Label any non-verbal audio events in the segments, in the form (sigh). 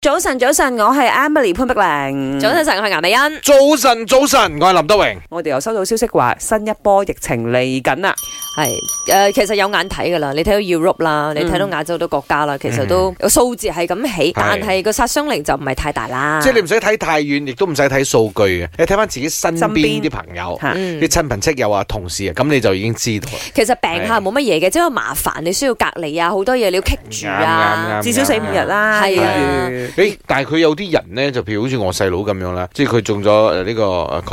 早晨，早晨，我係 Emily 潘碧玲。早，晨，晨我係顏美欣。早晨，早晨，我係林德榮。我哋又收到消息話新一波疫情嚟緊啦。係誒、呃其實有眼睇㗎啦，你睇到 Europe 啦，你睇到亞洲好多國家啦，其實都有數字係咁起，但係個殺傷力就唔係太大啊啦。即係你唔使睇太遠，亦都唔使睇數據嘅，你睇翻自己身身邊邊啲朋友、吓嗯啲親朋戚友啊、同事啊，咁你就已經 (laughs) 知道啦。其實病下冇乜嘢嘅，只係麻煩你需要隔離啊，好多嘢你要棘住啊。至少四五日啦。係啊譬如誒，但係佢有啲人咧，就譬如好似我細佬咁樣啦，即係佢中咗誒呢個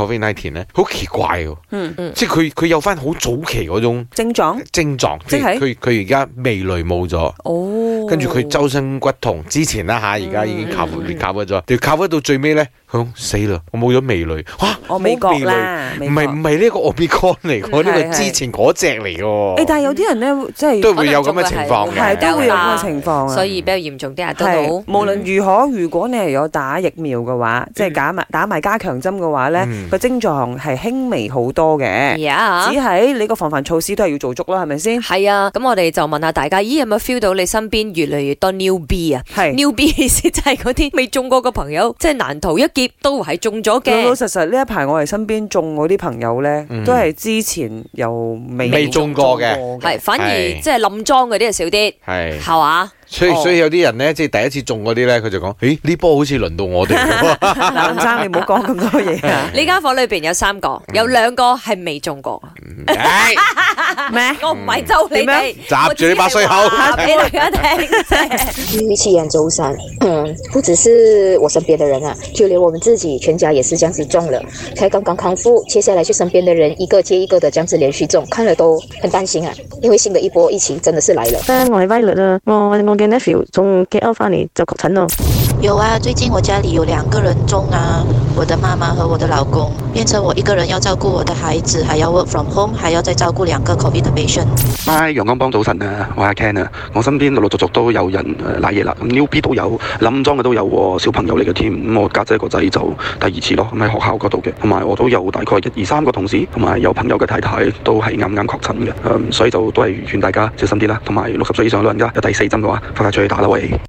Covid nineteen 咧，好奇怪喎。嗯嗯即係佢佢有翻好早期嗰種症狀症狀，即係佢佢而家味蕾冇咗。哦跟住佢周身骨痛，之前啦吓，而家已經靠嗯你靠咗，條靠咗到最尾咧，佢講死啦，我冇咗味蕾，哇，我哦美冇國味蕾啦，唔係唔係呢個 Omicron 嚟嗯㗎，係呢個係之前嗰只嚟誒，㗎，但係有啲人咧，即係都會有咁嘅情況嘅，係都會有咁嘅啊情況啊。所以比較嚴重啲啊，得係到。無論如何，如果你係有打疫苗嘅話，即係打埋打埋加強針嘅話咧，嗯個症狀係輕微好多嘅。呀只係你個防範措施都係要做足啦，係咪先？係啊，咁我哋就問下大家，咦有冇 feel 到你身邊越嚟越多 new B 啊？係 new B 意思就係嗰啲未中過嘅朋友，即係難逃一劫都係中咗老老嘅。實實呢一排我哋身邊中嗰啲朋友咧，嗯都係之前又未未中過嘅中 (laughs) 係，反而係即係冧莊嗰啲就少啲，係，係嘛？所以哦所以有啲人咧，即係第一次中嗰啲咧，佢就講，咦呢波好似輪到我哋 (laughs) 喎，嗱，林生你唔好講咁多嘢 (laughs) 啊！呢間房裏邊有三個，嗯有兩個係未中過。唉咩？我唔係咒你哋，嗯閘住你把衰口我只係話俾大家聽啫。玉器人周三，嗯，不只是我身边的人啊，就连我们自己全家也是这样子中了，才刚刚康复，接下来就身边的人一个接一个的这样子连续中，看了都很担心啊，因为新的一波疫情真的是来了。咧，我係 Violet 啊，我我嘅 nephew 從 KL 翻嚟就確診咯。有啊，最近我家里有两个人中啊，我的妈妈和我的老公，变成我一个人要照顾我的孩子，还要 work from home，还要再照顾两个 COVID 的 patient。 Hi，陽光幫早晨啊，我係阿 Ken 啊，我身邊陸陸續續都有人誒賴嘢啦，new B 都有，冧裝嘅都有喎，小朋友嚟嘅添。咁我家姐個仔就第二次咯，咁喺學校嗰度嘅，同埋我都有大概一二三個同事，同埋有朋友嘅太太都係啱啱確診嗯嘅，誒、所以就都係勸大家小心啲啦，同埋六十歲以上老人家有第四針嘅話，快快出去打啦喂！